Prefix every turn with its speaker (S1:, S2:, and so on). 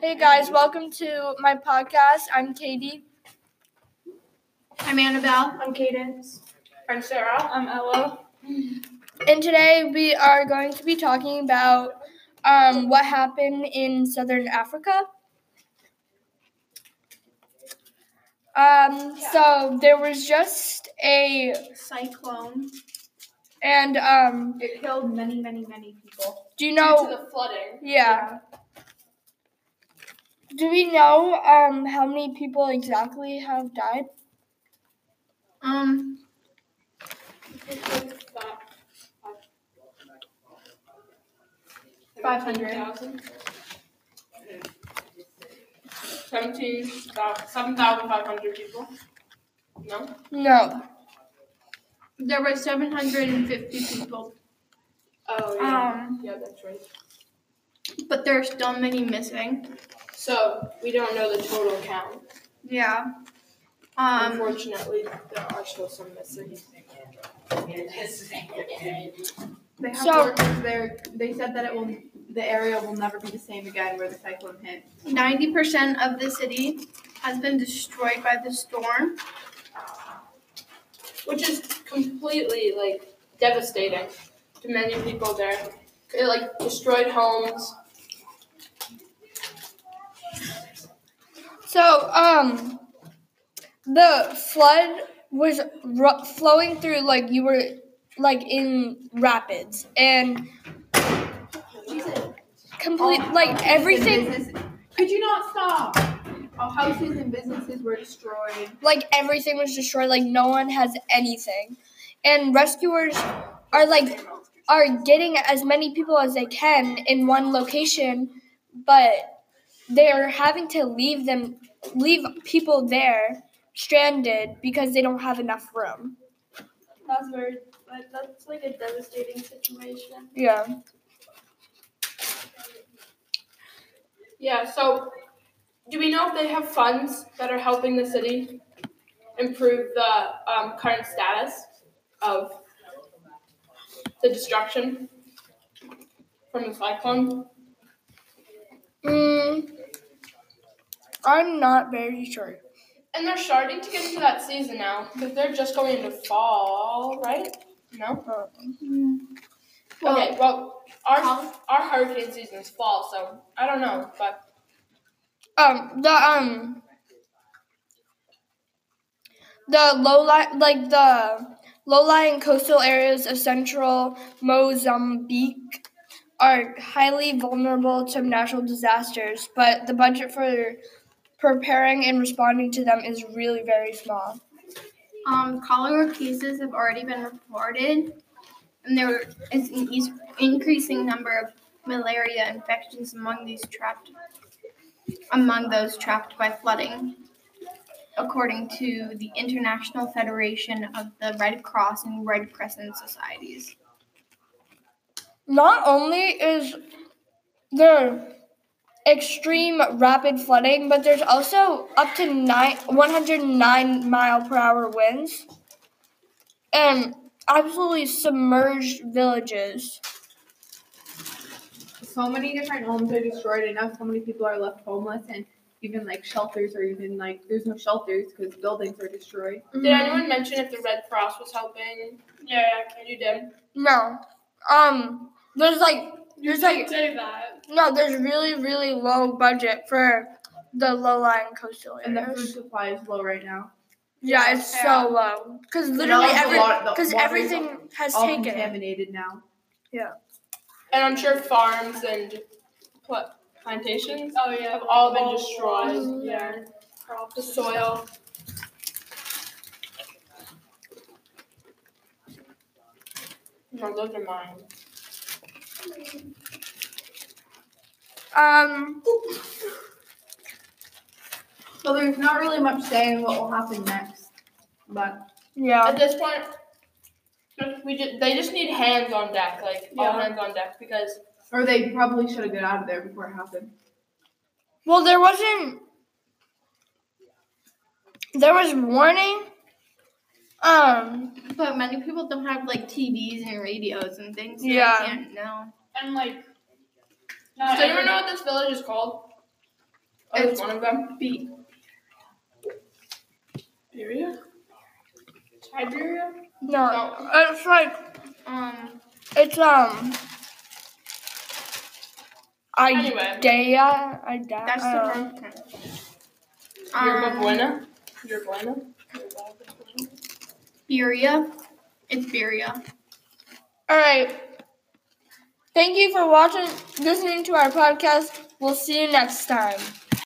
S1: Hey guys, welcome to my podcast. I'm Katie.
S2: I'm Annabelle.
S3: I'm Cadence.
S4: I'm Sarah.
S5: I'm Ella.
S1: And today we are going to be talking about um, what happened in Southern Africa. Um, so there was just a
S2: Cyclone.
S1: and um,
S3: It killed many, many, many people.
S1: do you
S4: Due
S1: know?
S4: to the flooding.
S1: Yeah. Do we know um, how many people exactly have died?
S2: Um,
S3: Five hundred.
S4: 7,500 people. No?
S1: No.
S2: there were 750 people,
S4: Oh,
S2: Um.
S4: yeah, that's right.
S2: but there are still many missing.
S4: So, we don't know the total count.
S2: Yeah. Um,
S4: Unfortunately, there are still some missing.
S3: They have
S1: So-
S3: workers there. They said that it will. The area will never be the same again where the cyclone hit.
S2: 90% of the city has been destroyed by the storm.
S4: Which is completely, like, devastating to many people there. It, like, destroyed homes.
S1: So, um, the flood was ru- flowing through like you were like in rapids and complete like everything,
S3: And business- Could you not stop? All houses and businesses were destroyed.
S1: like everything was destroyed. Like no one has anything, and rescuers are like are getting as many people as they can in one location, but they're having to leave them leave people there stranded because they don't have enough room.
S5: That's very, like, that's like a devastating situation.
S1: Yeah.
S4: Yeah, so, do we know if they have funds that are helping the city improve the um, current status of the destruction from the cyclone?
S1: Mm, I'm not very sure.
S4: And they're starting to get into that season now because they're just going into fall, right? No. Okay. Well, our our hurricane season is fall, so I don't know, but
S1: Um, the um, the low li- like the low-lying coastal areas of central Mozambique are highly vulnerable to natural disasters, but the budget for preparing and responding to them is really very small.
S2: Um, cholera cases have already been reported, and there is an eas- increasing number of malaria infections among these trapped among those trapped by flooding, according to the International Federation of the Red Cross and Red Crescent Societies.
S1: not only is there extreme rapid flooding, but there's also up to nine, 109 mile per hour winds and absolutely submerged villages.
S3: So many different homes are destroyed, and now so many people are left homeless, and even like shelters are even like there's no shelters because buildings are destroyed.
S4: did
S1: Hmm.
S4: anyone mention if the Red Cross was helping?
S5: Yeah,
S4: You did.
S1: No. Um there's like there's like
S5: say that.
S1: no, there's really really low budget for the low-lying coastal
S3: And the food
S1: areas.
S3: supply is low right now.
S1: Yeah, it's
S2: Yeah.
S1: so low cuz
S3: all
S1: literally
S3: the
S1: every
S3: wa- the
S1: cuz
S3: water is
S1: everything has
S3: All
S1: taken it.
S3: contaminated now.
S4: And I'm sure farms and pla- plantations
S5: Oh yeah.
S4: have all been destroyed.
S5: Mhm.
S4: Yeah. The soil. No, those are mine.
S1: Um
S3: So there's not really much saying what will happen next, but
S1: yeah.
S4: At this point, we just, they just need hands on deck, like all
S3: Yeah.
S4: hands on deck, because
S3: or they probably should have got out of there before it happened.
S1: Well, there wasn't. There was warning. Um.
S2: But many people don't have like TVs and radios and things. so
S1: Yeah.
S2: They can't know.
S5: And like.
S4: does
S5: Not
S3: Uh,
S4: anyone know
S5: everyone.
S4: what this village is called? Oh, it's one of them.
S2: B.
S4: Iberia? Iberia?
S1: No, it's like
S2: Um,
S1: it's um.
S4: Anyway.
S1: Idea, idea.
S2: that's the wrong thing.
S4: Yerba
S2: Um,
S4: Buena? Yerba Buena?
S2: Beria. It's Beria.
S1: All right. Thank you for watching, listening to our podcast. We'll see you next time.